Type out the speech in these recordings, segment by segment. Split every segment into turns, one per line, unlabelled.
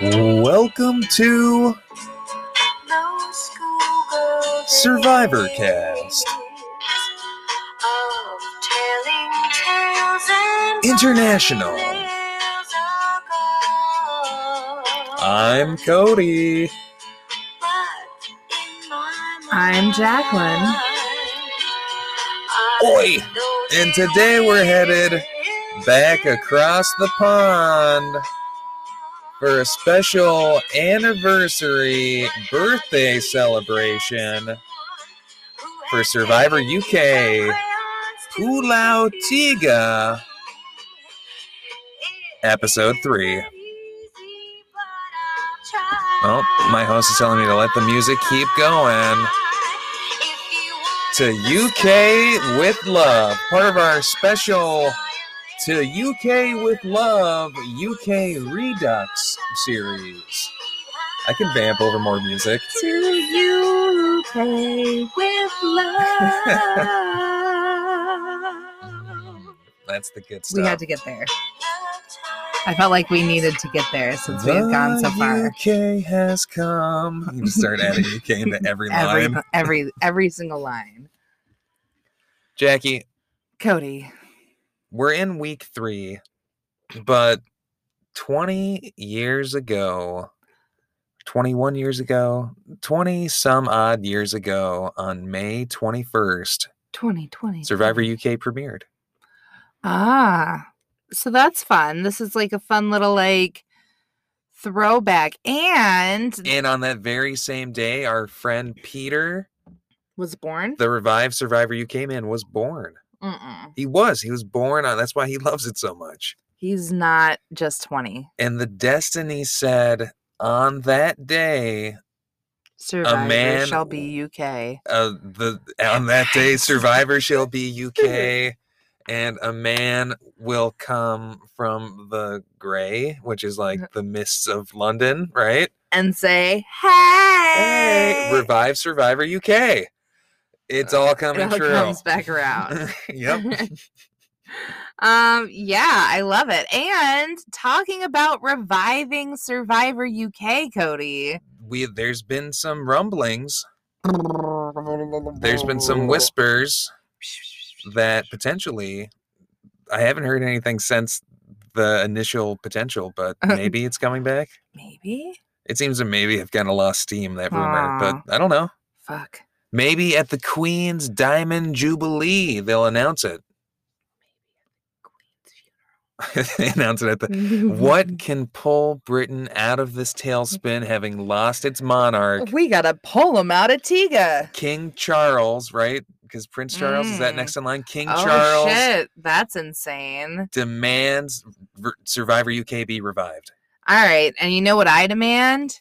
Welcome to
Survivor Cast.
International.
International.
I'm Cody.
I'm Jacqueline.
Oi! And today we're headed
Back across the pond for a special anniversary birthday celebration
for Survivor UK.
Pulau Tiga episode 3.
Oh, my host is telling me to let the music keep going.
To UK with Love, part of our special To UK with Love UK Redux series. I can vamp over more music.
To you play with love.
That's the good stuff.
we had to get there. I felt like we needed to get there since we had gone so
The
far.
UK has come. You just start adding UK into every
Every
line.
every every single line.
Jackie,
Cody.
we're in week three, but 20 years ago, 21 years ago, 20 some odd years ago, on May 21st,
2020.
Survivor UK premiered.
Ah. So that's fun. This is like a fun little like throwback. And
And on that very same day, our friend Peter,
was born?
the revived Survivor UK man, was born.
Mm-mm.
He was. He was born on. That's why he loves it so much.
He's not just 20.
And the destiny said on that day,
Survivor
man
shall be UK.
uh, the on that day survivor shall be UK and a man will come from the gray which is
Uh-huh.
like the mists of London right
and say,
hey
"Hey,
revive survivor UK it's all
it
coming
all
true
comes back around."
yep
um, yeah, I love it. And talking about reviving Survivor UK, Cody.
we there's been some rumblings there's been
Oh.
some whispers that potentially I haven't heard anything since the initial potential but
Uh-huh.
maybe it's coming back
Maybe.
It seems to maybe have kind of lost steam that rumor,
Aw.
but I don't know.
Fuck.
Maybe at the Queen's Diamond Jubilee they'll announce it. they announce it at the.
Mm-hmm.
What can pull Britain out of this
Mm-hmm.
tailspin, having lost its monarch,
We gotta pull him out of Tiga.
King Charles? Right, because Prince Charles is that
Mm.
next in line. King
Oh
Charles
shit, that's insane.
demands r- Survivor UK be revived.
All right, and you know what I demand?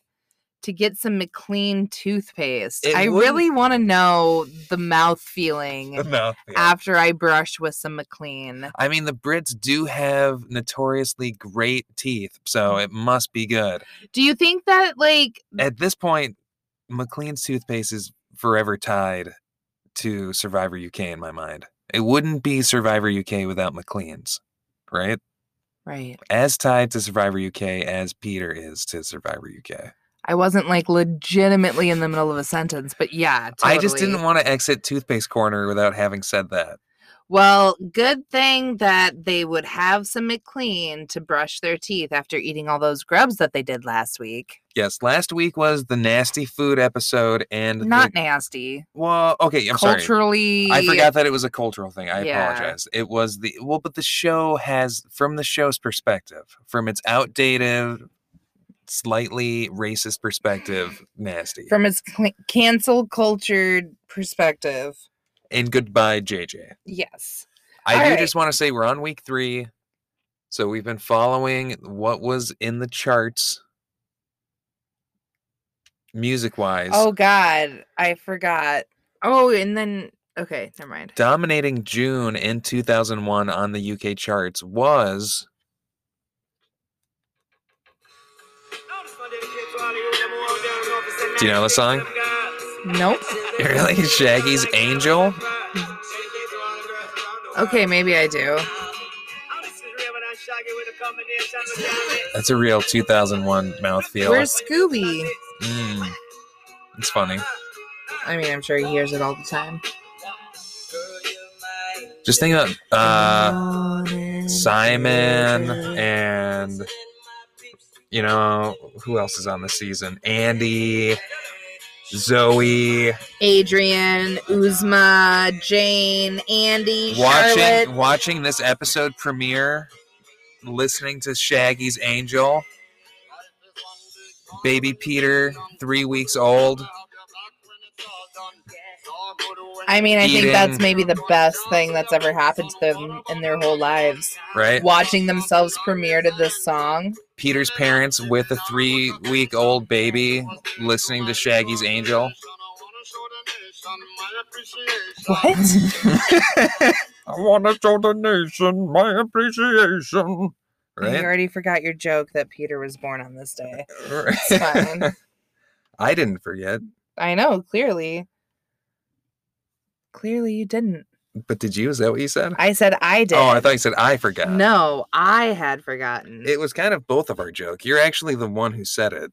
To get some McLean toothpaste.
It
I
wouldn't-
really want to know the mouth feeling
No, Oh, yeah.
after I brush with some McLean.
I mean the Brits do have notoriously great teeth, so
Mm-hmm.
it must be good.
Do you think that like
at this point, McLean's toothpaste is forever tied to Survivor UK in my mind. It wouldn't be Survivor UK without McLean's, right?
right?
As tied to Survivor UK as Peter is to Survivor UK.
I wasn't like legitimately in the middle of a sentence, but yeah,
I just didn't
totally.
want to exit toothpaste corner without having said that.
Well, good thing that they would have some McLean to brush their teeth after eating all those grubs that they did last week.
Yes, last week was the nasty food episode and the-
Not nasty.
well, okay, I'm sorry.
Culturally,
I forgot that it was a cultural thing. I
Yeah.
apologize. It was the well, but the show has, from the show's perspective, from its outdated, slightly racist perspective, nasty.
from its cl- cancel cultured perspective.
and goodbye, JJ.
Yes.
I do
All right.
just want to say we're on week three, so we've been following what was in the charts, music wise.
Oh God, I forgot. Oh, and then okay, never mind.
Dominating June in 2001 on the UK charts was
Do you know the song?
Nope.
Really? Shaggy's Angel?
Okay, maybe I do.
That's a real 2001 mouthfeel.
Where's Scooby?
Mm, it's funny.
I mean, I'm sure he hears it all the time.
Just think about uh,
Morning.
Simon and you know who else is on the season? Andy, Zoe.
Adrian, Uzma, Jane, Andy, Charlotte.
Watching watching this episode premiere, listening to Shaggy's Angel, baby Peter, three weeks old.
I mean, I
Eating.
think that's maybe the best thing that's ever happened to them in their whole lives.
Right,
Watching themselves premiere to this song.
Peter's parents with a three-week-old baby listening to Shaggy's Angel.
What?
I want to show the nation my appreciation.
You
Right?
already forgot your joke that Peter was born on this day. It's
right.
fine.
I didn't forget,
I know, clearly. Clearly, you didn't.
but did you? Is that what you said?
I said I did.
Oh, I thought you said I forgot.
No, I had forgotten.
It was kind of both of our joke. You're actually the one who said it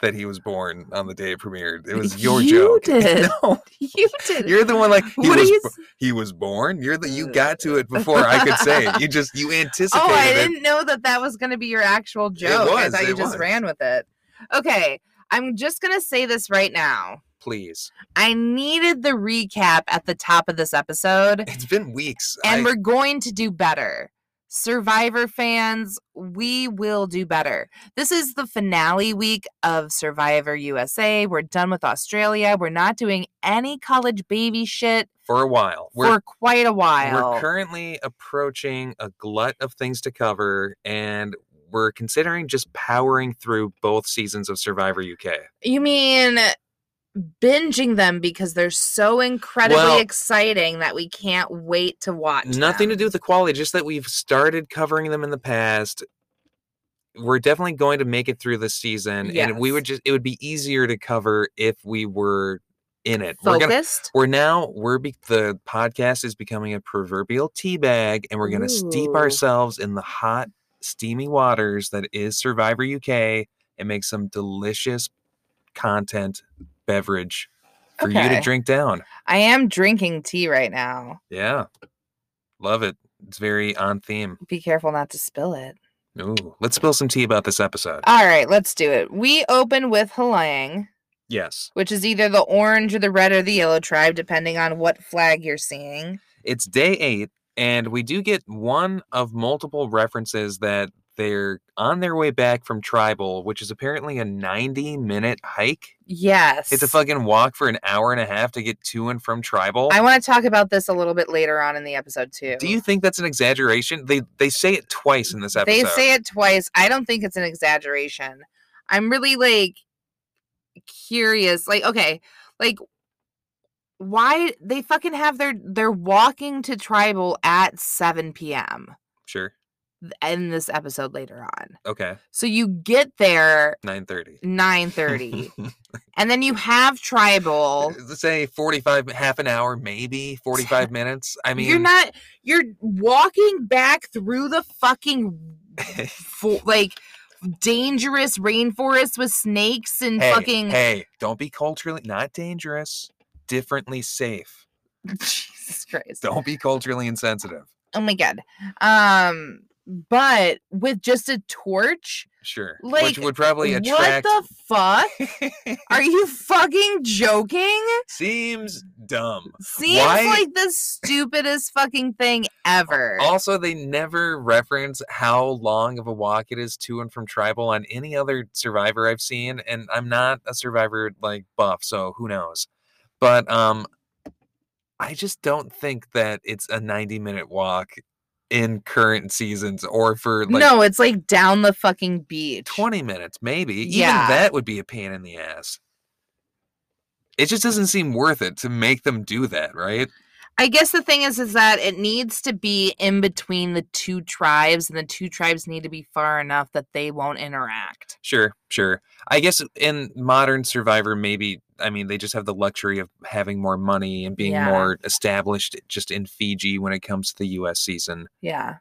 that he was born on the day it premiered. It was your
You
joke.
did.
No,
you did.
you're the one like he
what are
was,
you?
bo-
s-
he was born. You're the you got to it before I could say it. You just you anticipated
Oh, I
it.
didn't know that that was going to be your actual joke. I
was,
thought you
it
just
was.
ran with it. Okay, I'm just going to say this right now.
Please.
I needed the recap at the top of this episode,
It's been weeks.
and
I-
we're going to do better. Survivor fans, we will do better. This is the finale week of Survivor USA. We're done with Australia. We're not doing any college baby shit
for a while. We're
for quite a while.
We're currently approaching a glut of things to cover, and we're considering just powering through both seasons of Survivor UK.
You mean binging them because they're so incredibly
Well-
exciting that we can't wait to watch.
Nothing to do with the quality, just that we've started covering them in the past. We're definitely going to make it through this season, and we would just it would be easier to cover if we were in it. We're gonna
Focused.
we're now we're be, the podcast is becoming a proverbial tea bag and we're going to steep
Ooh.
ourselves in the hot steamy waters that is survivor uk and make some delicious content beverage for you to
Okay.
drink down
I am drinking tea right now.
yeah love it it's very on theme
Be careful not to spill it.
Ooh, let's spill some tea about this episode
All right, let's do it. We open with Halang,
yes
which is either the orange or the red or the yellow tribe, depending on what flag you're seeing.
it's day eight and we do get one of multiple references that they're on their way back from tribal which is apparently a 90 minute hike
Yes.
it's a fucking walk for an hour and a half to get to and from tribal
I want to talk about this a little bit later on in the episode too.
do you think that's an exaggeration they they say it twice in this episode
They say it twice. I don't think it's an exaggeration. I'm really like curious. Like, okay, like why they fucking have their they're walking to tribal at 7 p.m.
sure
th- in this episode later on.
okay
So you get there
930
9:30 and then you have tribal.
let's say 45 half an hour maybe 45 minutes i mean
you're not you're walking back through the fucking fo- like dangerous rainforest with snakes and
hey,
fucking
hey don't be culturally not dangerous differently safe
Jesus Christ.
don't be culturally insensitive
Oh my god. Um but with just a torch?
Sure.
Like,
Which would probably
What
attract.
the fuck? Are you fucking joking?
Seems dumb.
Seems
Why-
like the stupidest fucking thing ever.
Also, they never reference how long of a walk it is to and from tribal on any other survivor I've seen, and I'm not a survivor like buff, so who knows. But um I just don't think that it's a 90 minute walk in current seasons or for like
no, it's like down the fucking beach.
20 minutes maybe.
Yeah.
Even that would be a pain in the ass. It just doesn't seem worth it to make them do that, right?
I guess the thing is is that it needs to be in between the two tribes and the two tribes need to be far enough that they won't interact.
Sure, sure. I guess in modern Survivor, maybe I mean they just have the luxury of having more money and being
Yeah.
more established just in Fiji when it comes to the U.S. season.
Yeah.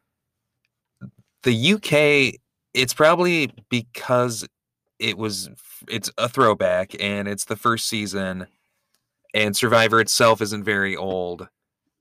the UK, it's probably because it was it's a throwback and it's the first season and Survivor itself isn't very old.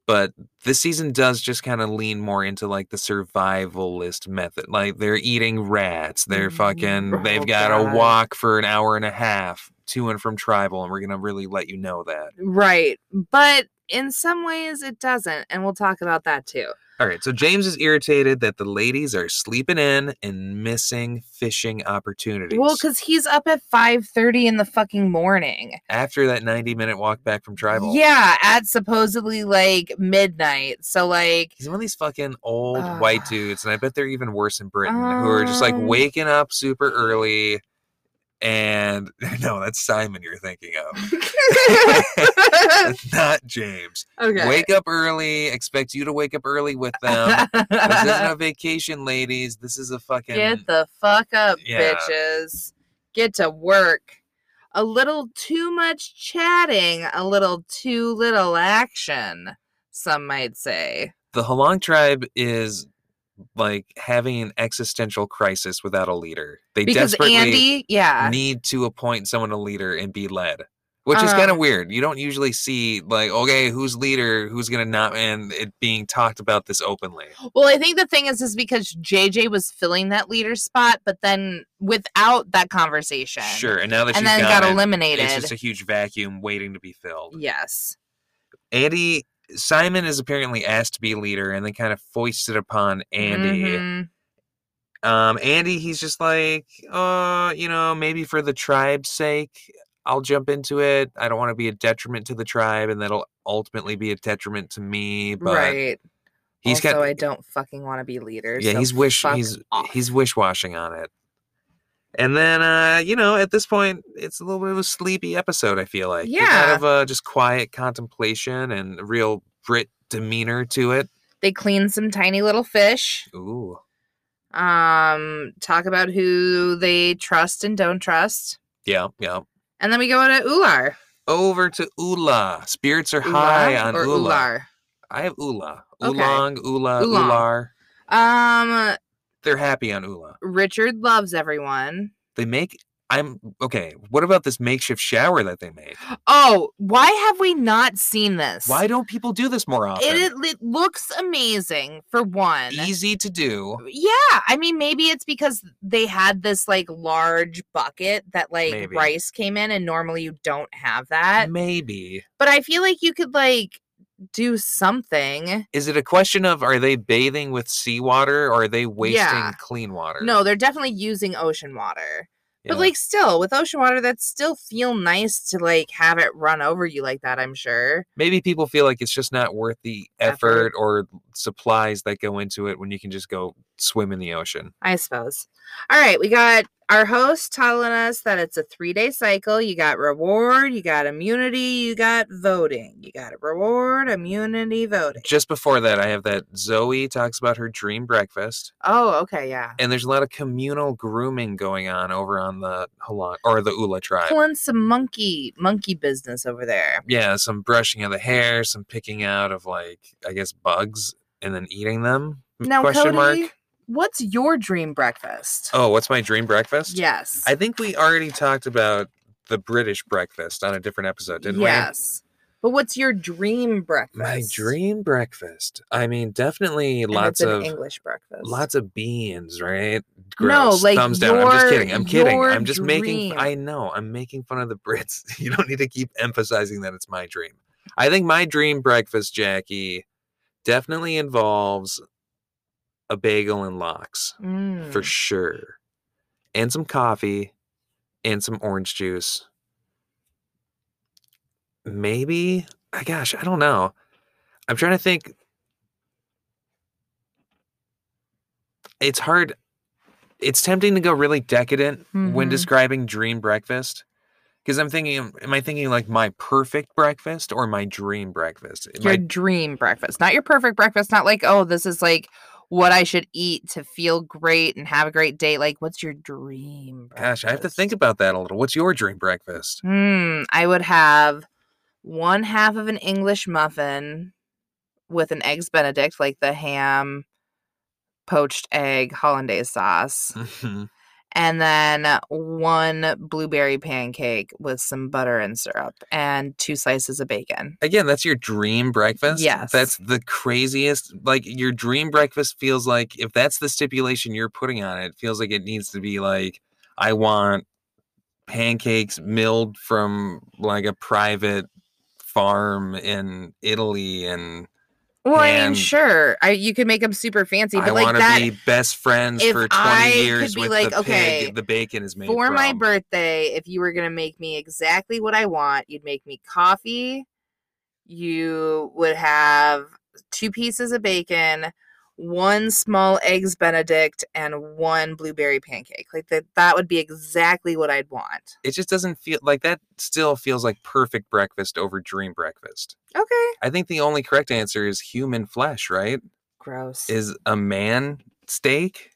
But this season does just kind of lean more into like the survivalist method. Like they're eating rats. They're
Mm,
fucking,
oh,
they've got to
God.
walk for an hour and a half to and from tribal. And we're going to really let you know that.
Right. But in some ways it doesn't. And we'll talk about that too.
All right, so James is irritated that the ladies are sleeping in and missing fishing opportunities.
Well, because he's up at five thirty in the fucking morning.
after that 90 minute walk back from tribal.
Yeah, at supposedly like midnight. So like
He's one of these fucking old
Ugh.
white dudes, and I bet they're even worse in Britain, who are just like
Um.
waking up super early. And no, that's Simon you're thinking of, not James.
Okay.
Wake up early, expect you to wake up early with them. this isn't a vacation, ladies. This is a fucking.
Get the fuck up,
Yeah.
bitches. Get to work. A little too much chatting, a little too little action, some might say.
the Halong tribe is like having an existential crisis without a leader. They
because
desperately
Andy, yeah.
need to appoint someone a leader and be led, which is kind
Uh-huh.
of weird. You don't usually see like, okay, who's leader, who's gonna not, and it being talked about this openly.
Well, I think the thing is, is because JJ was filling that leader spot, but then without that conversation,
Sure, and now that she's
and then
gone,
got
it-
eliminated.
it's just a huge vacuum waiting to be filled.
yes,
Andy Simon is apparently asked to be leader, and then kind of foisted upon Andy.
Mhm.
Um, Andy, he's just like, uh, you know, maybe for the tribe's sake, I'll jump into it. I don't want to be a detriment to the tribe, and that'll ultimately be a detriment to me. But
right.
he's
also,
got,
I don't fucking want to be leader.
yeah,
so
he's wish,
fuck
he's
off.
he's wish washing on it. And then, uh, you know, at this point, it's a little bit of a sleepy episode. I feel like, There's
Yeah.
kind of uh, just quiet contemplation and a real Brit demeanor to it.
they clean some tiny little fish.
Ooh,
Um, talk about who they trust and don't trust,
yeah, yeah.
and then we go to Ular.
Over to Ula. Spirits are high
Ular
on
or
Ula.
Ular.
I have Ula.
Okay.
Oolong, Ula,
Oolong.
Ular.
Um,
They're happy on Ula.
Richard loves everyone.
They make I'm okay. What about this makeshift shower that they make?
Oh, why have we not seen this?
Why don't people do this more often?
It, it, it looks amazing for one.
Easy to do.
Yeah, I mean maybe it's because they had this like large bucket that like
Maybe. Mm.
rice came in and normally you don't have that.
Maybe.
But I feel like you could like do something.
Is it a question of are they bathing with seawater or are they wasting
Yeah.
clean water?
No, they're definitely using ocean water. But
Yeah.
like still with ocean water that still feel nice to like have it run over you like that, I'm sure.
maybe people feel like it's just not worth the
Effort.
effort, or supplies that go into it when you can just go swim in the ocean.
I suppose. All right, we got our host telling us that it's a three day cycle. You got reward, you got immunity, you got voting. You got reward, immunity, voting.
Just before that, I have that Zoe talks about her dream breakfast.
Oh, okay, yeah.
and there's a lot of communal grooming going on over on the Halong or the Ula tribe.
Pulling some monkey monkey business over there.
Yeah, some brushing of the hair, some picking out of like I guess bugs and then eating them. M-
Now, Cody, What's your dream breakfast?
Oh, what's my dream breakfast?
yes.
I think we already talked about the British breakfast on a different episode, didn't we?
yes. But what's your dream breakfast?
My dream breakfast. I mean, definitely
And
lots
it's an
of
English breakfast.
lots of beans, right?
No,
Gross.
like
thumbs down. I'm just
your-
kidding. I'm kidding.
your
I'm just making.
dream.
I know. I'm making fun of the Brits. You don't need to keep emphasizing that it's my dream. I think my dream breakfast, Jackie, definitely involves a bagel and lox for
Mm.
sure, and some coffee, and some orange juice. Maybe. I gosh, I don't know. I'm trying to think. It's hard. It's tempting to go really decadent when
Mhm.
describing dream breakfast. Because I'm thinking, am am I thinking like my perfect breakfast or my dream breakfast?
your
My,
dream breakfast not your perfect breakfast not like oh this is like what i should eat to feel great and have a great day like what's your dream
gosh, I have to think about that a little. What's your dream breakfast?
hmm i would have one half of an english muffin with an eggs benedict like the ham poached egg hollandaise sauce,
Mhm.
and then one blueberry pancake with some butter and syrup, and two slices of bacon.
Again, that's your dream breakfast.
Yes.
That's the craziest. Like your dream breakfast feels like if that's the stipulation you're putting on it, it feels like it needs to be like I want pancakes milled from like a private farm in Italy and
Well, I mean,
And-
sure, I, you could make them super fancy, but
I
like
want to
that.
be best friends
if
for 20
I could
years
be
with
like,
the
okay,
pig the bacon is made
for my
from.
birthday, if you were going to make me exactly what I want, you'd make me coffee. You would have two pieces of bacon, one small eggs benedict and one blueberry pancake. Like that that would be exactly what I'd want.
It just doesn't feel like that still feels like perfect breakfast over dream breakfast.
Okay.
I think the only correct answer is human flesh, right?
Gross.
Is a man steak?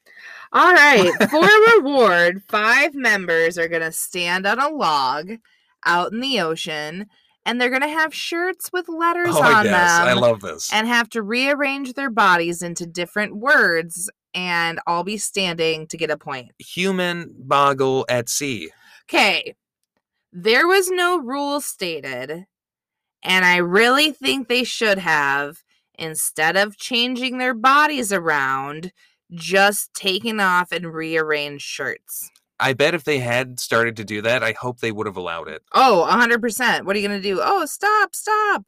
All right. For a reward, five members are going to stand on a log out in the ocean and they're going to have shirts with letters
oh
on
yes,
them.
I love this.
and have to rearrange their bodies into different words and all be standing to get a point.
Human boggle at sea.
Okay. There was no rule stated, and I really think they should have instead of changing their bodies around, just taken off and rearranged shirts.
I bet if they had started to do that, I hope they would have allowed it.
Oh, 100%. What are you going to do? Oh, stop, stop.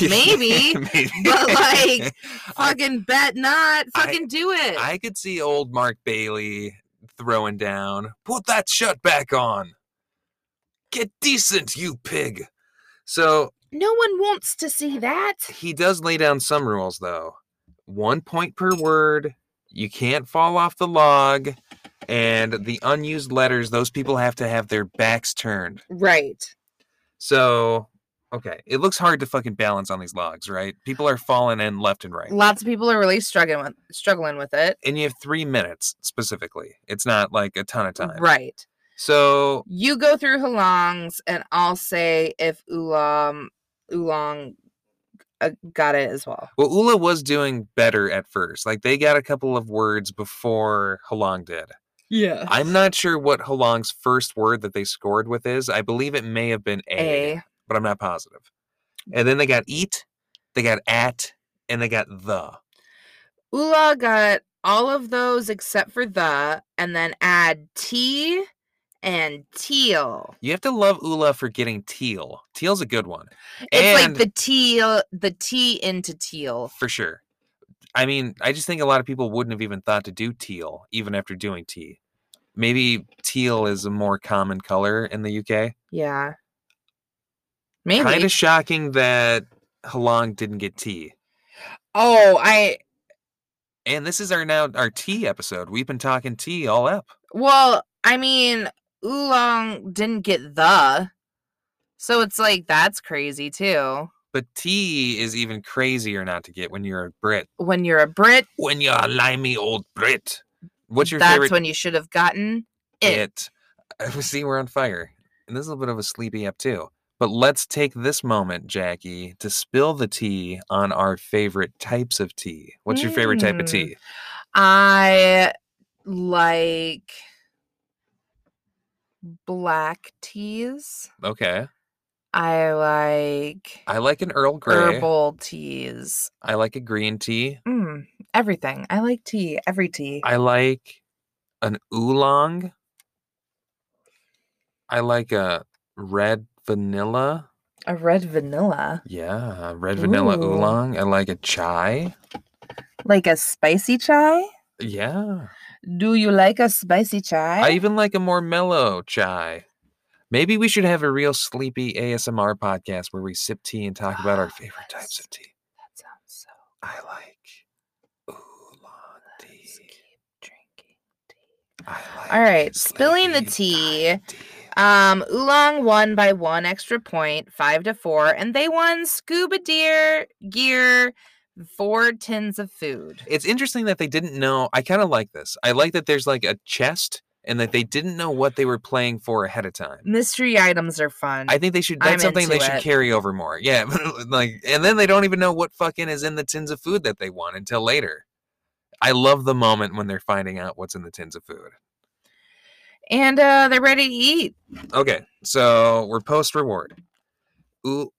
Maybe,
Maybe.
but, like,
I-
Fucking bet not.
I-
Fucking do it.
I could see old Mark Bailey throwing down. Put that shirt back on. Get decent, you pig. So
no one wants to see that.
he does lay down some rules, though. One point per word. You can't fall off the log. And the unused letters, those people have to have their backs turned.
Right.
So, okay. It looks hard to fucking balance on these logs, right? People are falling in left and right.
lots of people are really struggling with struggling with it
And you have three minutes specifically. It's not like a ton of time.
right
So
you go through halongs and i'll say if oolong oolong uh, got it as well
Well, Ula was doing better at first. Like they got a couple of words before Halong did.
yeah
I'm not sure what Halong's first word that they scored with is. I believe it may have been a,
a
but I'm not positive. And then they got eat, they got at, and they got the.
oolong got all of those except for the and then add tea and teal
You have to love Ula for getting teal. Teal's a good one.
it's
And-
like the teal the tea into teal
for sure. I mean, I just think a lot of people wouldn't have even thought to do teal, even after doing tea. Maybe teal is a more common color in the UK.
yeah maybe
Kind of shocking that Halong didn't get tea.
oh i
And this is our now our tea episode. We've been talking tea all up.
Well, I mean, Oolong didn't get the. So it's like that's crazy too.
But tea is even crazier not to get when you're a Brit.
When you're a Brit,
When you're a limey old Brit. What's your
that's
favorite
when you should have gotten it.
it? See, we're on fire. And this is a bit of a sleepy up too. But let's take this moment, Jackie, to spill the tea on our favorite types of tea. What's your favorite type of
Mm.
tea?
I like black teas.
Okay.
I like
I like an Earl Grey.
herbal teas.
I like a green tea.
Mm, everything. I like tea. Every tea.
I like an oolong. I like a red vanilla.
A red vanilla.
Yeah, a red vanilla
Ooh.
oolong. I like a chai.
Like a spicy chai?
Yeah.
Do you like a spicy chai?
I even like a more mellow chai. Maybe we should have a real sleepy ASMR podcast where we sip tea and talk about our
Ah,
favorite types of tea.
that sounds so
I like oolong tea.
Let's keep drinking tea.
I like
All right, spilling the
sleepy
tea.
time tea.
Um, Oolong won by one extra point, five to four, and they won scuba deer gear, four tins of food.
It's interesting that they didn't know. I kind of like this. I like that there's like a chest and that they didn't know what they were playing for ahead of time.
Mystery items are fun.
I think they should.
Mm-hmm. I'm
That's something they
into
should
it.
carry over more. Yeah, like, and then they don't even know what fucking is in the tins of food that they want until later. I love the moment when they're finding out what's in the tins of food.
And uh, they're ready to eat.
Okay, so we're post reward. Ooh,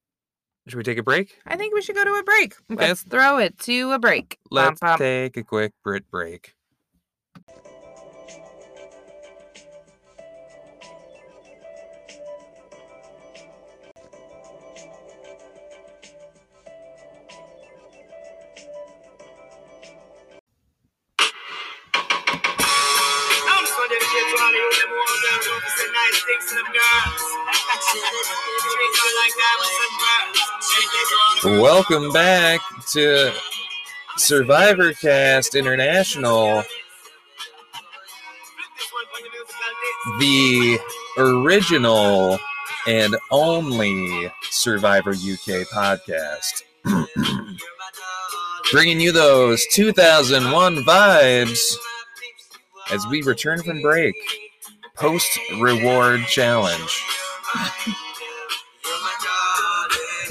should we take a break?
I think we should go to a break.
Okay.
Let's throw it to a break. Bum,
Let's
bum.
take a quick Brit break. Welcome back to Survivor Cast International, the original and only Survivor UK podcast. Bringing you those 2001 vibes as we return from break. Post reward challenge.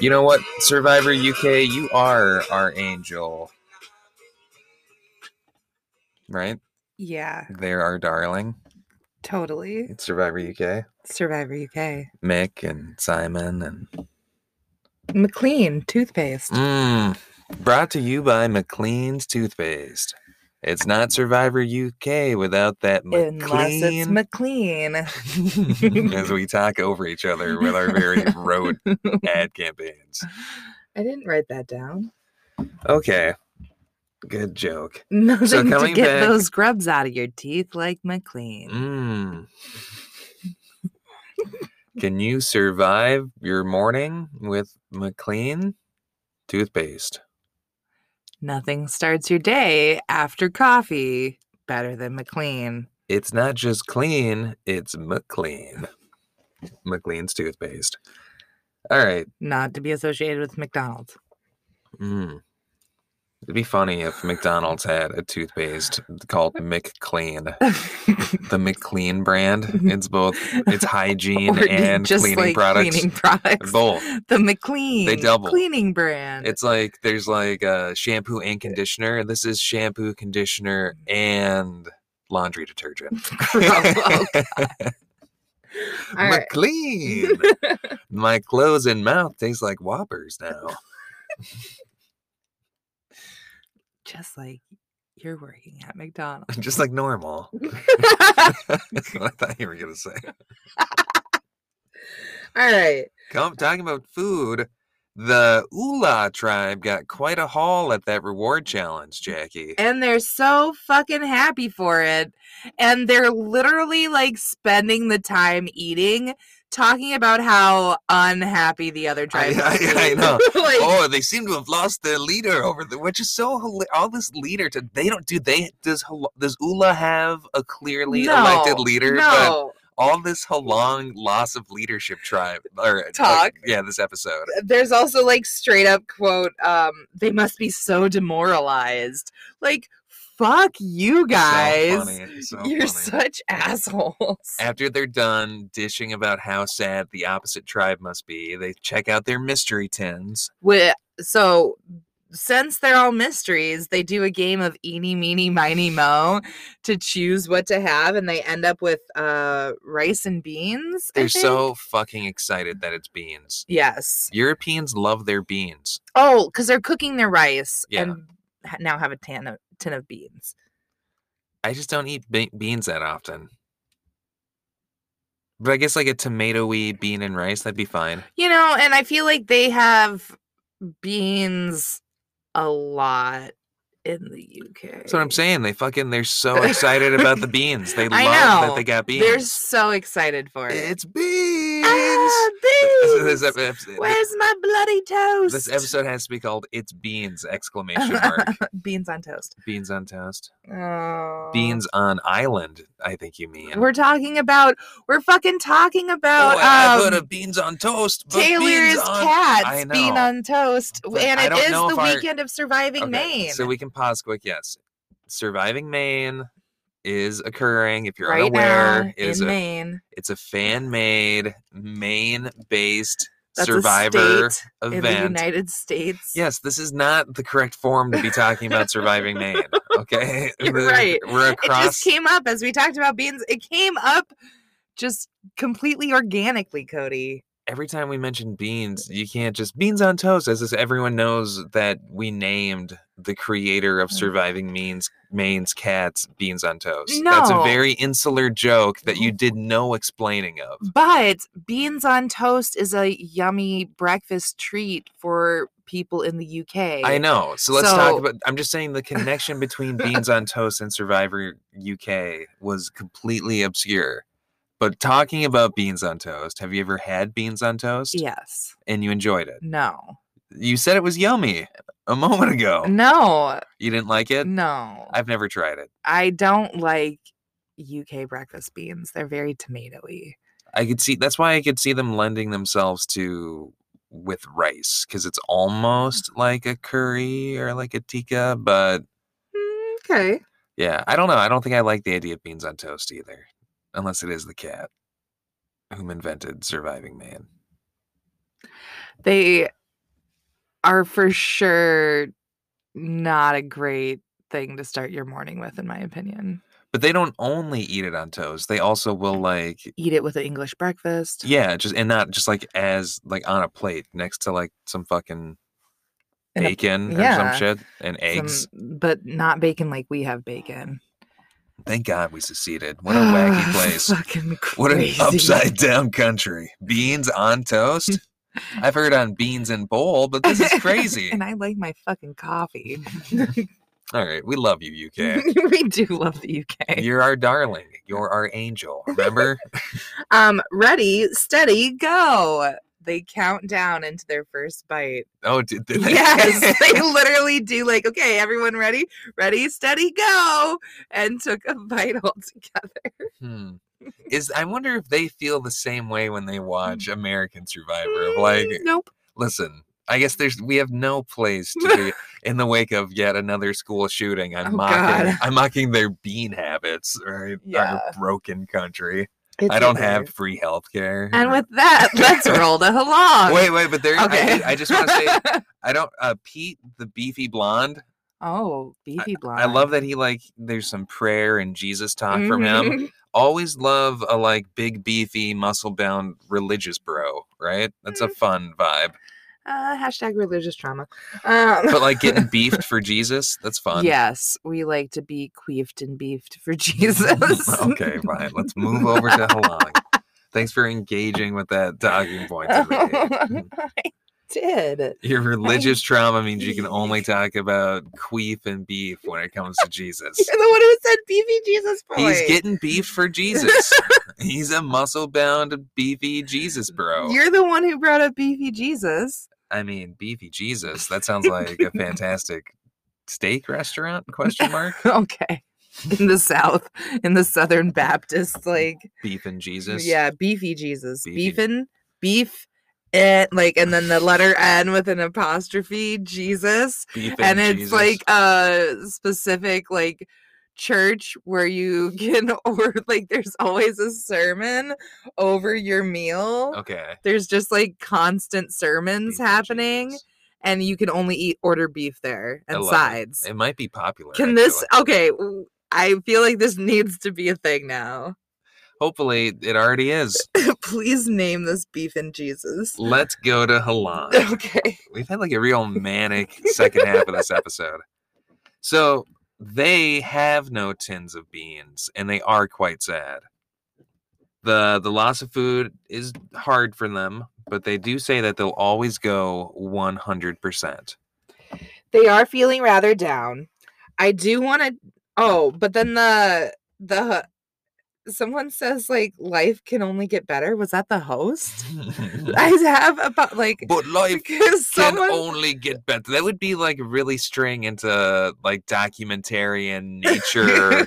You know what, Survivor UK, you are our angel. Right?
Yeah,
They're our darling.
totally.
It's Survivor UK.
Survivor UK.
Mick and Simon and.
McLean toothpaste.
Mmm. Brought to you by McLean's Toothpaste. It's not Survivor UK without that
Unless
Mm,
it's
McLean.
McLean.
as we talk over each other with our very road ad campaigns.
I didn't write that down.
Okay. Good joke.
Nothing to
coming
get
back-
those grubs out of your teeth like McLean.
Mm. Can you survive your morning with McLean toothpaste?
Nothing starts your day after coffee better than McLean.
It's not just clean, it's McLean. McLean's toothpaste. All right.
Not to be associated with McDonald's.
Mm. It'd be funny if McDonald's had a toothpaste called McClean, the McLean brand. It's both it's hygiene
Mm-hmm. Or
and
just
cleaning
like
products.
Cleaning products.
Both.
The McLean
double.
cleaning brand.
It's like there's like a shampoo and conditioner. and This is shampoo, conditioner, and laundry detergent.
Oh, All right.
McLean. My clothes and mouth taste like whoppers now.
just like you're working at McDonald's.
Just like normal. That's what I thought you were gonna say.
All right.
Come talking about food. The Ula tribe got quite a haul at that reward challenge,
Mm,
Jackie.
And they're so fucking happy for it. And they're literally like spending the time eating, talking about how unhappy the other
I,
tribe must
I- I
be.
know.
like,
oh, they seem to have lost their leader over the, which is so hila- all this leader. To, they don't do they does Hal- does Ula have a clearly elected
No,
leader? But
No,
all this long loss of leadership tribe or uh,
Talk.
yeah, this episode.
there's also like straight up quote, um, they must be so demoralized. Like, fuck you guys.
so funny, so
You're
funny.
such assholes.
After they're done dishing about how sad the opposite tribe must be, they check out their mystery tins.
Wi- so since they're all mysteries, they do a game of eeny meeny miny mo to choose what to have, and they end up with uh rice and beans. I
They're
think?
so fucking excited that it's beans.
yes.
Europeans love their beans.
Oh, because they're cooking their rice
Yeah.
and ha- now have a tan of, tin of beans.
I just don't eat be- beans that often. But I guess like a tomatoey bean and rice, that'd be fine.
You know, and I feel like they have beans a lot in the UK.
That's what I'm saying. They fucking they're so excited about the beans. They
Eh. I
love that
know.
they got beans.
They're so excited for it.
It's beans.
Ah,
This- this
beans!
ep- episode-
Where's my bloody toast?
This episode has to be called "It's Beans!" Exclamation mark.
Beans on toast.
beans on toast.
Oh.
Beans on island. I think you mean.
We're talking about. We're fucking talking about.
oh, I put
um,
a beans on toast. But
Taylor's
beans on... Uh, I
cats being
know.
on toast,
But
and
I
it
don't
is
know
the
if our-
weekend of surviving
Okay,
Maine.
So we can pause quick. Yes, surviving Maine is occurring. If you're
right
unaware,
now
it is
in
a
Maine.
it's a fan-made Maine-based
That's
survivor
a state in the
event.
United States.
Yes, this is not the correct form to be talking about surviving Maine. Okay,
You're right.
We're
It
across.
just came up as we talked about beans. It came up just completely organically, Cody.
Every time we mention beans, you can't just beans on toast. As is, everyone knows that we named the creator
Mm.
of surviving means Maine's cats beans on toast. That's a
No. Mm-hmm.
very insular joke that you did no explaining of.
But beans on toast is a yummy breakfast treat for people in the UK.
I know. So let's talk
So-
about. I'm just saying the connection between Beans on Toast and Survivor UK was completely obscure. But talking about beans on toast, have you ever had beans on toast?
Yes.
And you enjoyed it.
No.
You said it was yummy a moment ago.
No.
You didn't like Oh. it?
No. I,
I've never tried it.
don't like UK breakfast beans. They're very tomatoey.
I could see that's why I could see them lending themselves to with rice because
Mm.
it's almost like a curry or like a tikka, but Mm,
Okay.
Yeah, I don't know. I don't think I like the idea of beans on toast either, unless it is the cat whom invented surviving man.
They are for sure not a great thing to start your morning with, in my opinion.
But they don't only eat it on toast. They also
Mm.
will like
Eat it with an English breakfast.
yeah, just and not just like as like on a plate next to like some fucking
And a-
bacon or
yeah,
some shit and eggs.
Some- but not bacon like we have bacon.
Thank God we seceded. What a wacky place.
Fucking crazy.
What an upside down country. Beans on toast? I've heard on beans and bowl, but this is crazy.
and I like my fucking coffee.
All right, we love you, UK.
we do love the UK.
You're our darling. You're our angel. Remember?
Um, ready, steady, go. They count down into their first bite.
oh, did, did they?
Yes, they literally do. Like, okay, everyone ready? Ready, steady, go. And took a bite altogether.
Hmm. Is I wonder if they feel the same way when they watch American Survivor. Of like,
Mm, nope.
listen, I guess there's we have no place to be in the wake of yet another school shooting. I'm
Oh,
mocking.
God.
I'm mocking their bean habits. Right?
Yeah.
Our broken country.
It's
I don't
over.
have free health care.
And with that, let's roll to halal.
Wait, wait, but there.
Okay.
I, I just want to say, I don't. Uh, Pete, the beefy blonde,
oh, beefy blonde.
I love that he like there's some prayer and Jesus talk from him.
Mhm.
Always love a like big beefy muscle bound religious bro, right? That's
Mm-hmm.
a fun vibe.
Uh, hashtag religious trauma. Um,
But like getting beefed for Jesus, that's fun.
Yes, we like to be queefed and beefed for Jesus.
okay, fine. Let's move over to Halong. Thanks for engaging with that talking point today.
I did.
Your religious trauma means you can only talk about queef and beef when it comes to Jesus.
You're the one who said beefy Jesus boy.
He's getting beef for Jesus. He's a muscle bound beefy Jesus bro.
Mm, You're the one who brought up beefy Jesus.
I mean, beefy Jesus. That sounds like a fantastic steak restaurant? Question mark.
Okay. In the South, in the Southern Baptist, like
Beef and Jesus.
yeah, beefy Jesus,
Beefy.
beefin, beef, and like, and then the letter N with an apostrophe, Jesus.
Beef
and it's
Jesus.
like a specific like church where you can or like there's always a sermon over your meal
okay.
there's just like constant sermons
beef and
happening
Jesus.
and you can only eat order beef there
I
and
love it.
sides
It might be popular.
can this
actually.
okay w- i feel like this needs to be a thing now
Hopefully, it already is.
please name this beef and jesus
Let's go to Halon.
okay
We've had like a real manic second half of this episode. So they have no tins of beans, and they are quite sad. the The loss of food is hard for them, but they do say that they'll always go one hundred percent.
they are feeling rather down. I do want to. Oh, but then the the someone says like life can only get better. Was that the host? I have about like
But life
because
can
someone.
only get better. That would be like really straying into like documentarian nature,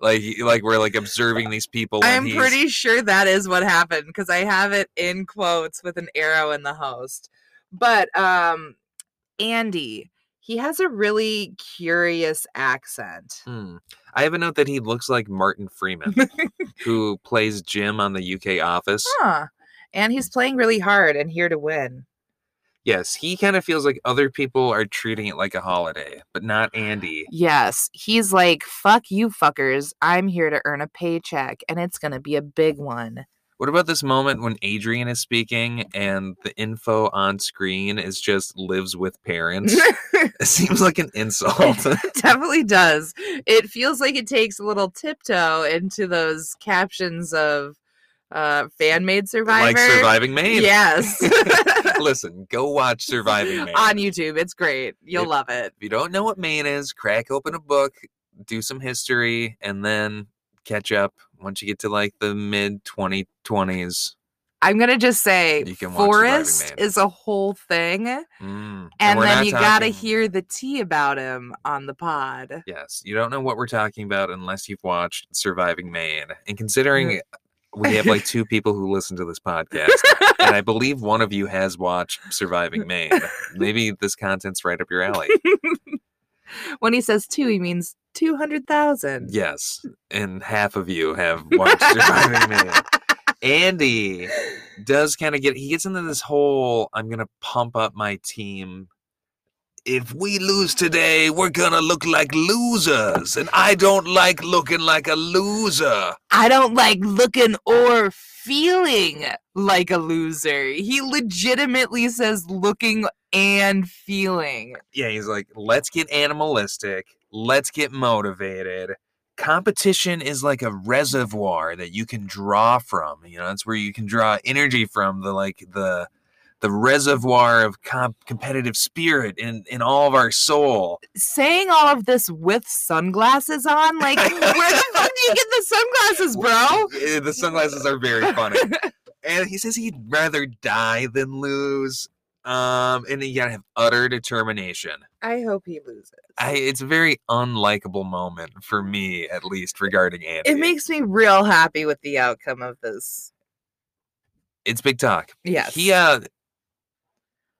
like like we're like observing these people. when
I'm
he's-
pretty sure that is what happened because I have it in quotes with an arrow in the host. But um Andy, he has a really curious accent.
Hmm. I have a note that he looks like Martin Freeman, who plays Jim on the UK Office.
Ah. Huh. And he's playing really hard and here to win.
Yes, he kind of feels like other people are treating it like a holiday, but not Andy.
Yes, he's like, fuck you fuckers. I'm here to earn a paycheck and it's going to be a big one.
What about this moment when Adrian is speaking and the info on screen is just lives with parents? it seems like an insult.
It definitely does. It feels like it takes a little tiptoe into those captions of uh, fan made
like
survivor.
Surviving Maine.
Yes.
Listen, go watch Surviving Maine.
On YouTube. It's great. You'll
If-
love it.
if you don't know what Maine is, crack open a book, do some history, and then catch up once you get to like the mid 2020s.
I'm going to just say
You can watch Surviving
Forrest
Man.
is a whole thing. And,
Mm. we're
then
not
you got to
talking-
hear the tea about him on the pod.
Yes, you don't know what we're talking about unless you've watched Surviving Maine. And
Mm.
considering we have like two people who listen to this podcast, and I believe one of you has watched Surviving Maine, maybe this content's right up your alley.
when he says two, he means 200,000.
Yes, and half of you have watched Surviving Maine. Andy does kind of get he gets into this whole I'm gonna pump up my team. If we lose today, we're gonna look like losers, and I don't like looking like a loser.
I don't like looking or feeling like a loser. He legitimately says looking and feeling.
Yeah, he's like, let's get animalistic, let's get motivated. Competition is like a reservoir that you can draw from. You know, that's where you can draw energy from the like the the reservoir of comp- competitive spirit in in all of our soul.
Saying all of this with sunglasses on, like, where the fuck do you get the sunglasses, bro?
Yeah, Eh, The sunglasses are very funny. and he says he'd rather die than lose. Um, and you gotta have utter determination.
I hope he loses.
I, it's a very unlikable moment for me, at least regarding Andy.
it makes me real happy with the outcome of this.
it's big talk.
Yes.
He uh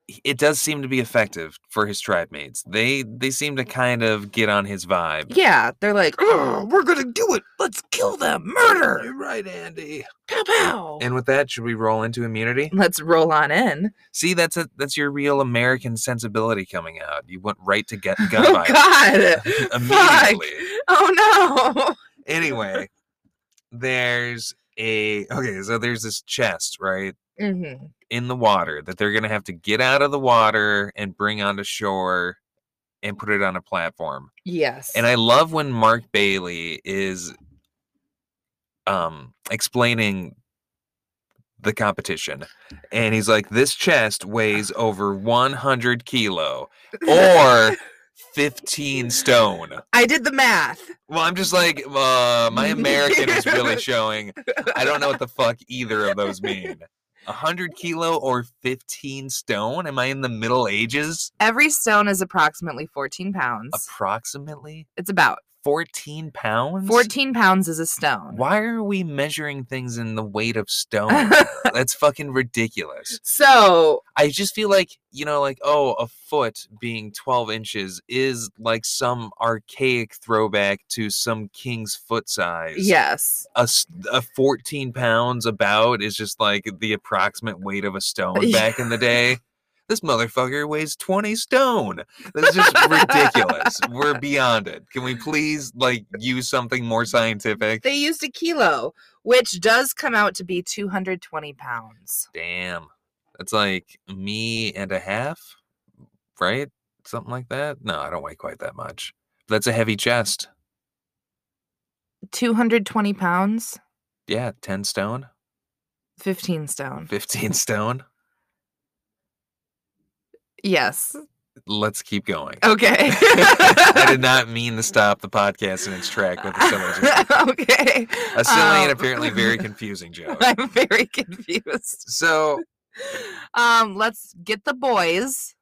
he- it does seem to be effective for his tribe mates. They they seem to kind of get on his vibe.
yeah, they're like, "Ugh, we're gonna do it. Let's kill them. Murder.
You're right, Andy.
Pow pow.
And with that, should we roll into immunity?
Let's roll on in.
See, that's a that's your real American sensibility coming out. You went right to get gun
Oh
violence
God! Fuck!
immediately.
Oh no!
Anyway, there's a okay, so there's this chest, right?
hmm
in the water that they're going to have to get out of the water and bring onto shore and put it on a platform.
Yes.
And I love when Mark Bailey is um explaining the competition. And he's like this chest weighs over 100 kilo or 15 stone.
I did the math.
Well, I'm just like uh, my American is really showing. I don't know what the fuck either of those mean. A 100 kilo or 15 stone? Am I in the Middle Ages?
Every stone is approximately 14 pounds.
Approximately
It's about
14 pounds?
14 pounds is a stone.
Why are we measuring things in the weight of stone? That's fucking ridiculous.
so
I just feel like, you know, like, oh, a foot being 12 inches is like some archaic throwback to some king's foot size.
yes,
a, s- a 14 pounds about is just like the approximate weight of a stone
Yeah.
back in the day. This motherfucker weighs 20 stone. This is just ridiculous. We're beyond it. Can we please like use something more scientific?
they used a kilo, which does come out to be 220 pounds.
Damn. That's like me and a half, right? Something like that. No, I don't weigh quite that much. That's a heavy chest.
220 pounds,
Yeah, 10 stone,
15 stone.
15 stone.
Yes.
Let's keep going.
Okay.
I did not mean to stop the podcast in its track with a silly joke.
okay.
A silly and
Um,
apparently very confusing joke.
I'm very confused.
So
Um, let's get the boys.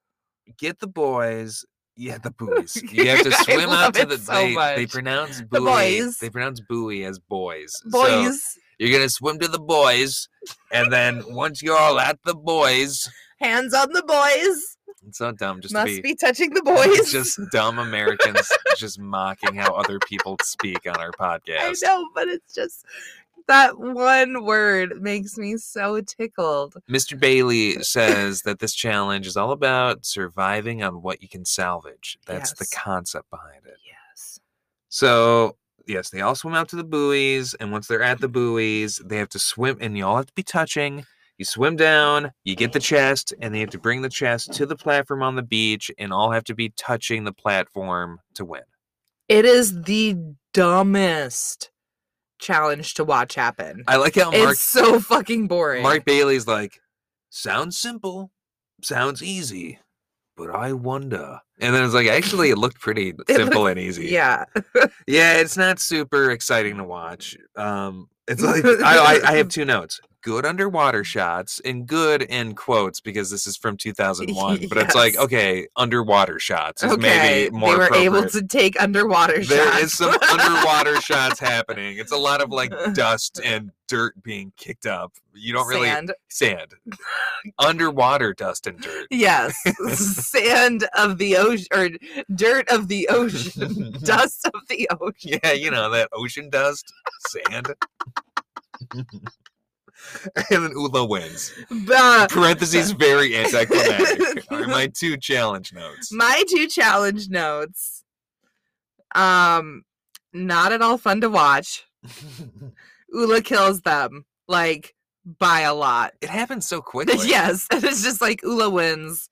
get the boys. Yeah, the buoys. You have to
I
swim
love
out to
it
the.
so
they, they
much.
pronounce buoy.
boys.
They pronounce buoy as boys. So
Boys.
you're gonna swim to the boys, and then once you're all at the boys,
Hands on the boys.
it's so dumb just
Must
to
be,
be.
touching the boys.
just dumb Americans just mocking how other people speak on our podcast.
I know, but it's just that one word makes me so tickled.
Mr. Bailey says that this challenge is all about surviving on what you can salvage. That's the
Yes.
concept behind it.
Yes.
So, yes, they all swim out to the buoys. And once they're at the buoys, they have to swim, and you all have to be touching. You swim down, you get the chest, and they have to bring the chest to the platform on the beach, and all have to be touching the platform to win.
It is the dumbest challenge to watch happen.
I like how Mark,
it's so fucking boring.
Mark Bailey's like, sounds simple, sounds easy, but I wonder. And then it's like, actually, it looked pretty
It
simple and easy.
yeah.
Yeah, it's not super exciting to watch. Um, it's like I, I, I have two notes: good underwater shots and good in quotes because this is from 2001. But it's like
Yes.
okay, underwater shots is
Okay.
maybe more.
They were able
appropriate.
to take underwater
There
shots.
is some underwater shots happening. It's a lot of like dust and dirt being kicked up. You don't really
Sand.
sand, underwater dust and dirt.
Yes. Sand of the ocean or dirt of the ocean. dust of the ocean.
Yeah, you know that ocean dust, sand. and then Ula wins.
Bah.
parentheses very anticlimactic are my two challenge notes.
my two challenge notes um not at all fun to watch ula kills them like by a lot
It happens so quickly.
yes and it's just like ula wins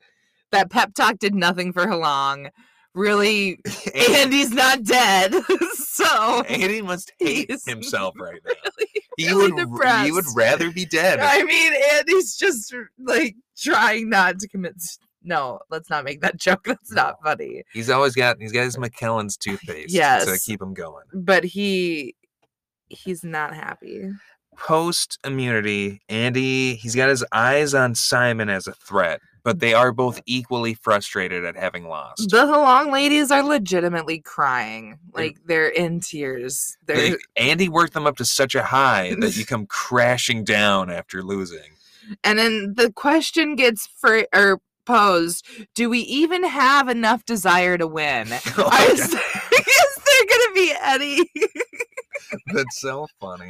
that pep talk did nothing for halong really
And
andy's not dead so
Andy must hate
He's
himself right now. He
really
would r- he would
depressed.
rather be dead.
i mean andy's just like trying not to commit s- no let's not make that joke that's not funny
He's always got he's got his McKellen's toothpaste to
Yes.
keep him going.
but he he's not happy
Post immunity, Andy he's got his eyes on Simon as a threat, but they are both equally frustrated at having lost.
The Halong ladies are legitimately crying. Like they're in tears.
They-
They're
Andy worked them up to such a high that you come crashing down after losing.
and then the question gets fr- or posed, do we even have enough desire to win?
Oh my
I
God.
was- Is there gonna be any
That's so funny.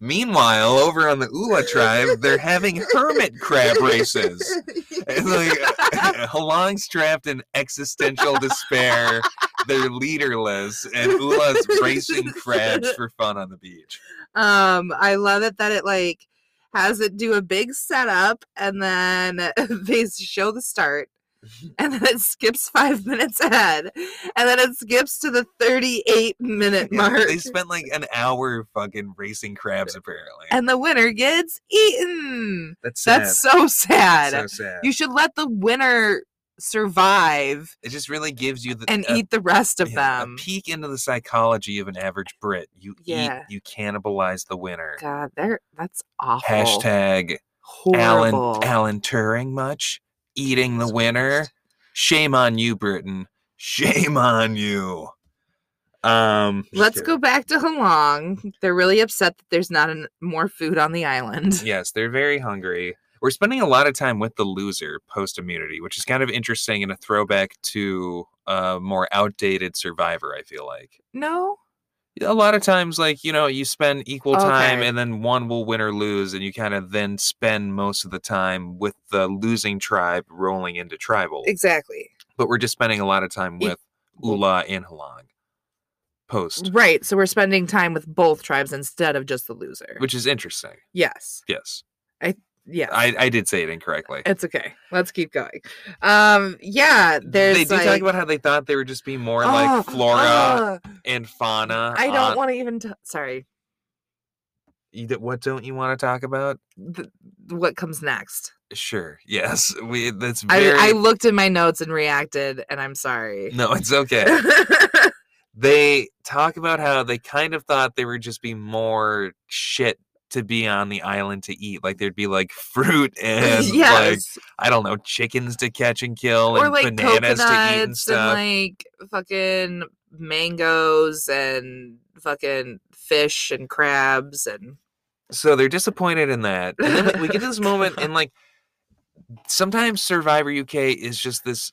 Meanwhile, over on the Ula tribe, they're having hermit crab races. It's like Halong strapped in existential despair. They're leaderless, and Ula's racing crabs for fun on the beach.
Um, I love it that it like has it do a big setup and then they show the start and then it skips five minutes ahead and then it skips to the 38 minute
Yeah,
mark
They spent like an hour fucking racing crabs, apparently.
and the winner gets eaten.
That's sad.
That's so sad.
so sad.
You should let the winner survive
It just really gives you the
and
a-
eat the rest of
yeah,
them.
a peek into the psychology of an average Brit. You
Yeah.
eat, you cannibalize the winner.
God, they're, that's awful.
Hashtag
horrible.
Alan Alan Turing much eating the winner. Shame on you, Britain. Shame on you. Um, just
Let's
kidding.
go back to Halong. They're really upset that there's not an, more food on the island.
Yes, they're very hungry. We're spending a lot of time with the loser post immunity, which is kind of interesting and a throwback to a more outdated survivor. I feel like
No,
a lot of times, like you know, you spend equal time,
Okay.
and then one will win or lose, and you kind of then spend most of the time with the losing tribe rolling into tribal.
exactly.
but we're just spending a lot of time
E-
with Ula and Halong post,
Right. So we're spending time with both tribes instead of just the loser.
which is interesting.
yes.
Yes,
Yes.
I, I did say it incorrectly.
it's okay. Let's keep going. Um. Yeah. There's
they do
like,
talk about how they thought they were just being more
Oh,
like uh, flora
ugh,
and fauna.
I don't
on-
want to even. T- sorry.
You d- what don't you want to talk about?
Th- what comes next?
Sure. Yes. We. That's
I,
very.
I looked in my notes and reacted, and I'm sorry.
no, it's okay. eh, they talk about how they kind of thought they were just being more shit to be on the island to eat. Like there'd be like fruit and like
yes.
I don't know, chickens to catch and kill,
or
and
like
bananas
coconuts
to eat
and,
and stuff.
like fucking mangoes and fucking fish and crabs and
so they're disappointed in that. And then we, we get to this moment, and like sometimes Survivor UK is just this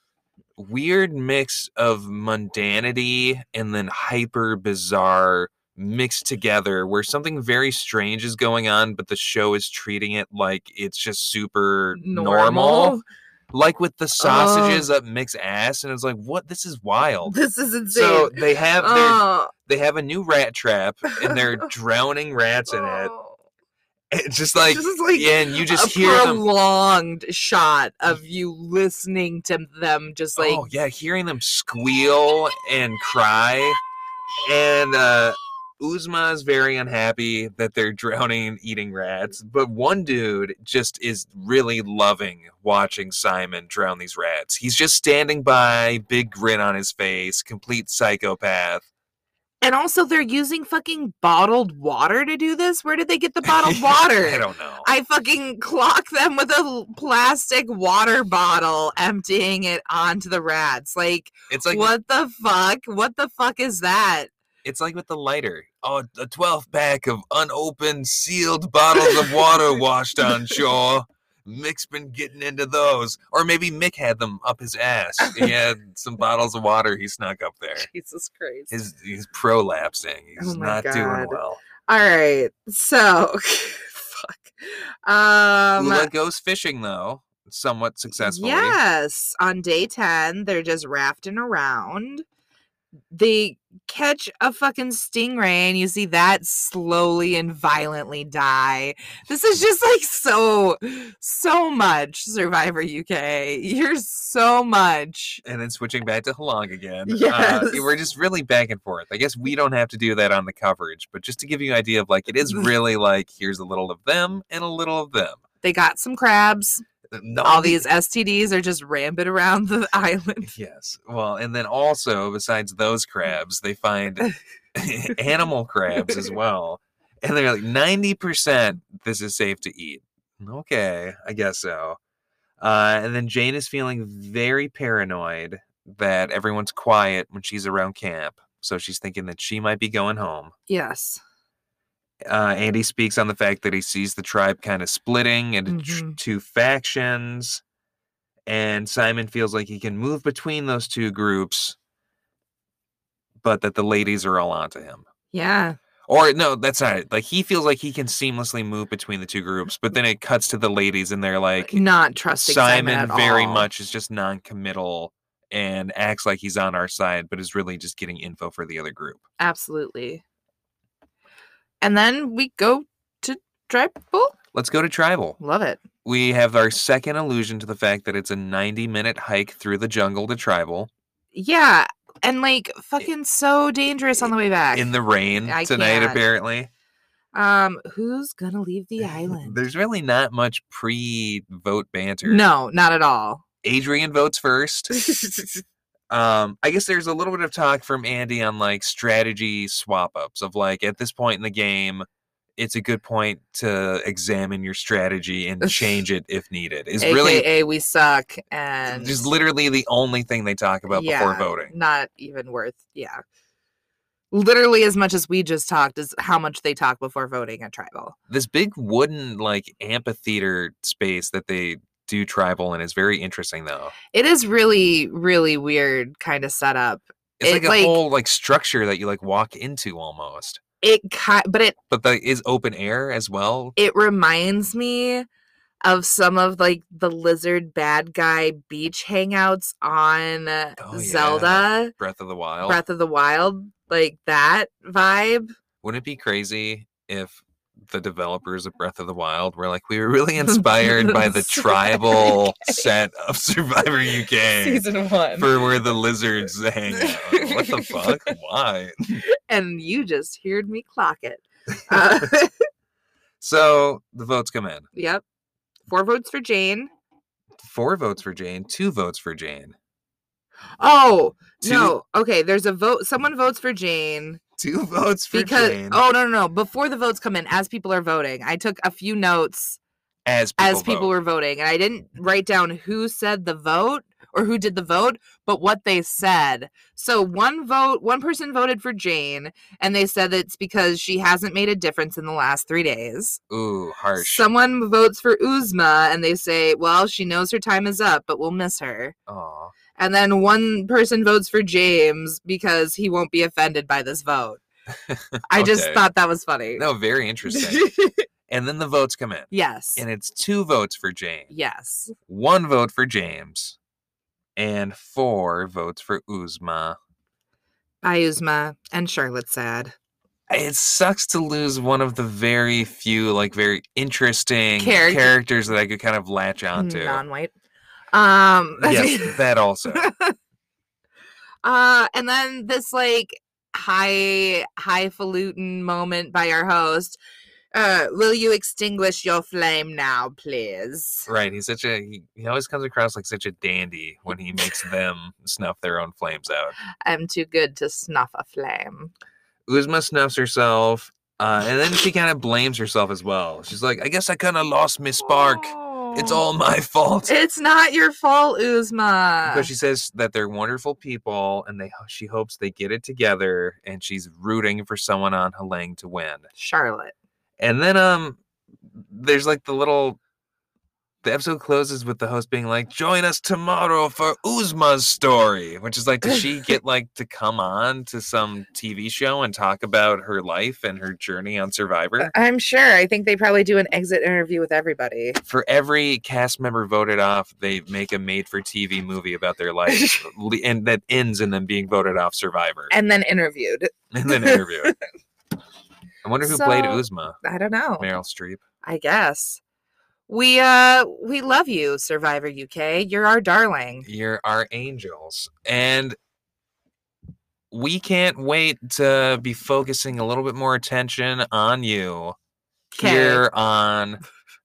weird mix of mundanity and then hyper bizarre mixed together where something very strange is going on, but the show is treating it like it's just super normal. Like with
Oh.
the sausages up Mick's ass, and it's like, what? This is wild.
This is insane.
So they have their,
oh,
they have a new rat trap, and they're drowning rats in it.
oh.
It's just like,
This is like
yeah, and you just
a
hear them.
prolonged shot of you listening to them just like
oh yeah, hearing them squeal and cry, and uh, Uzma is very unhappy that they're drowning and eating rats. But one dude just is really loving watching Simon drown these rats. He's just standing by, big grin on his face, complete psychopath.
and also they're using fucking bottled water to do this where did they get the bottled water
I don't know.
I fucking clock them with a l- plastic water bottle, emptying it onto the rats. Like,
it's like
what the fuck? What the fuck is that?
It's like with the lighter. Oh, a 12 pack of unopened, sealed bottles of water washed on shore. Mick's been getting into those. Or maybe Mick had them up his ass. He had some bottles of water he snuck up there.
Jesus Christ.
His, he's prolapsing. He's
Oh my
not doing
God.
well.
All right. So, fuck. Um,
Lula goes fishing, though, somewhat successfully.
Yes. On day 10, they're just rafting around. They catch a fucking stingray and you see that slowly and violently die. This is just like so, so much Survivor UK. You're so much.
And then switching back to Halong again. Uh,
Yes.
we're just really back and forth. I guess we don't have to do that on the coverage, but just to give you an idea of like, it is really like, here's a little of them and a little of them.
They got some crabs.
No,
All
the-
these STDs are just rampant around the island.
Yes. Well, and then also besides those crabs, they find animal crabs as well. And they're like ninety percent this is safe to eat. Okay, I guess so. Uh, and then Jane is feeling very paranoid that everyone's quiet when she's around camp, so she's thinking that she might be going home.
Yes.
Uh, Andy speaks on the fact that he sees the tribe kind of splitting into tr-
Mhm.
two factions, and Simon feels like he can move between those two groups, but that the ladies are all onto him.
Yeah.
Or no, that's not it. Like he feels like he can seamlessly move between the two groups, but then it cuts to the ladies, and they're like,
Not trusting Simon,
Simon
at
very
all.
much is just non-committal and acts like he's on our side, but is really just getting info for the other group.
Absolutely. And then we go to Dribble.
Let's go to tribal.
Love it.
we have our second allusion to the fact that it's a 90 minute hike through the jungle to tribal
Yeah. And like fucking so dangerous on the way back.
in the rain
I
tonight
can't.
apparently
um, who's gonna leave the island?
there's really not much pre-vote banter
No, not at all.
adrian votes first um i guess there's a little bit of talk from andy on like strategy swap ups of like at this point in the game it's a good point to examine your strategy and change it if needed is really
AKA we suck and
just literally the only thing they talk about before
yeah,
voting
Not even worth yeah. Literally as much as we just talked is how much they talk before voting at tribal.
this big wooden like amphitheater space that they do tribal in is very interesting though.
It is really, really weird kind of setup.
It's
It,
like a
like-
whole like structure that you like walk into almost.
It ki- but it
But that is open air as well.
it reminds me of some of like the lizard bad guy beach hangouts on uh,
Oh, yeah.
Zelda
Breath of the Wild.
Breath of the Wild, like that vibe.
Wouldn't it be crazy if the developers of Breath of the Wild were like, we were really inspired by the tribal set of Survivor UK
one.
for where the lizards hang out. What the fuck? Why?
and you just heard me clock it. Uh,
So the votes come in.
yep. Four votes for Jane.
Four votes for Jane, two votes for Jane.
Oh,
Two-
no. Okay, there's a vote. Someone votes for Jane.
Two votes for
Because
Jane.
oh no no no before the votes come in as people are voting I took a few notes
as people,
as people were voting and i didn't write down who said the vote or who did the vote but what they said so one vote one person voted for jane and they said it's because she hasn't made a difference in the last three days
were ooh harsh.
someone votes for uzma and they say well she knows her time is up but we'll miss her
Aw.
and then one person votes for james because he won't be offended by this vote I just
Okay.
thought that was funny.
No, very interesting. and then the votes come in.
yes.
And it's two votes for James,
Yes.
one vote for James, and four votes for Uzma.
Bye, Uzma. And Charlotte's sad.
It sucks to lose one of the very few, like, very interesting
Character- Mm,
characters that I could kind of latch onto.
Non-white. Um
yes, that also.
uh and then this like high highfalutin moment by our host. Uh will you extinguish your flame now, please?
Right. He's such a, he, he always comes across like such a dandy when he makes them snuff their own flames out.
I'm too good to snuff a flame.
Uzma snuffs herself, uh, and then she kind of blames herself as well. She's like, I guess I kind of lost Miss Spark. It's
Oh.
all my fault.
It's not your fault, Uzma.
Because she says that they're wonderful people, and they she hopes they get it together, and she's rooting for someone on Halang to win.
Charlotte.
And then um, there's like the little. The episode closes with the host being like, "Join us tomorrow for Uzma's story," which is like, does she get like to come on to some TV show and talk about her life and her journey on Survivor?
I'm sure. I think they probably do an exit interview with everybody.
for every cast member voted off, they make a made for TV movie about their life uh, le- and that ends in them being voted off Survivor
And then interviewed.
and then interviewed. I wonder who played
So-
Uzma.
I don't know.
Meryl Streep.
I guess. We uh we love you, Survivor UK. You're our darling.
You're our angels. And we can't wait to be focusing a little bit more attention on you
'Kay.
here on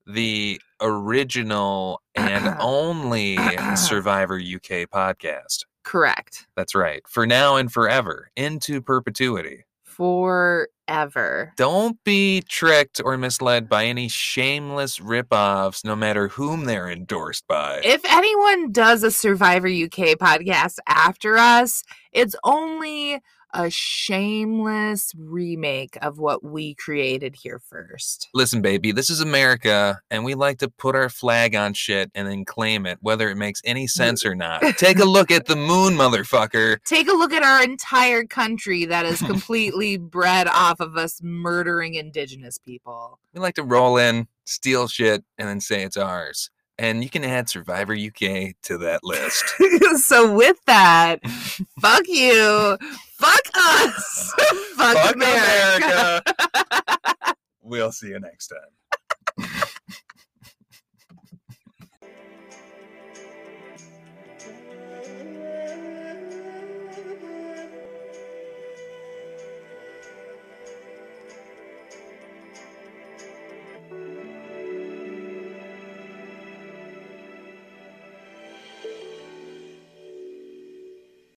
the original and only Survivor UK podcast.
Correct.
That's right. For now and forever, into perpetuity.
Forever.
Don't be tricked or misled by any shameless ripoffs, no matter whom they're endorsed by.
If anyone does a Survivor UK podcast after us, it's only a shameless remake of what we created here first.
Listen, baby, this is America, and we like to put our flag on shit and then claim it, whether it makes any sense or not. Take a look at the moon, motherfucker.
Take a look at our entire country that is completely bred off of us murdering indigenous people.
We like to roll in, steal shit, and then say it's ours. And you can add Survivor UK to that list.
so with that, fuck you, fuck us, fuck,
Fuck
America.
America. we'll see you next time.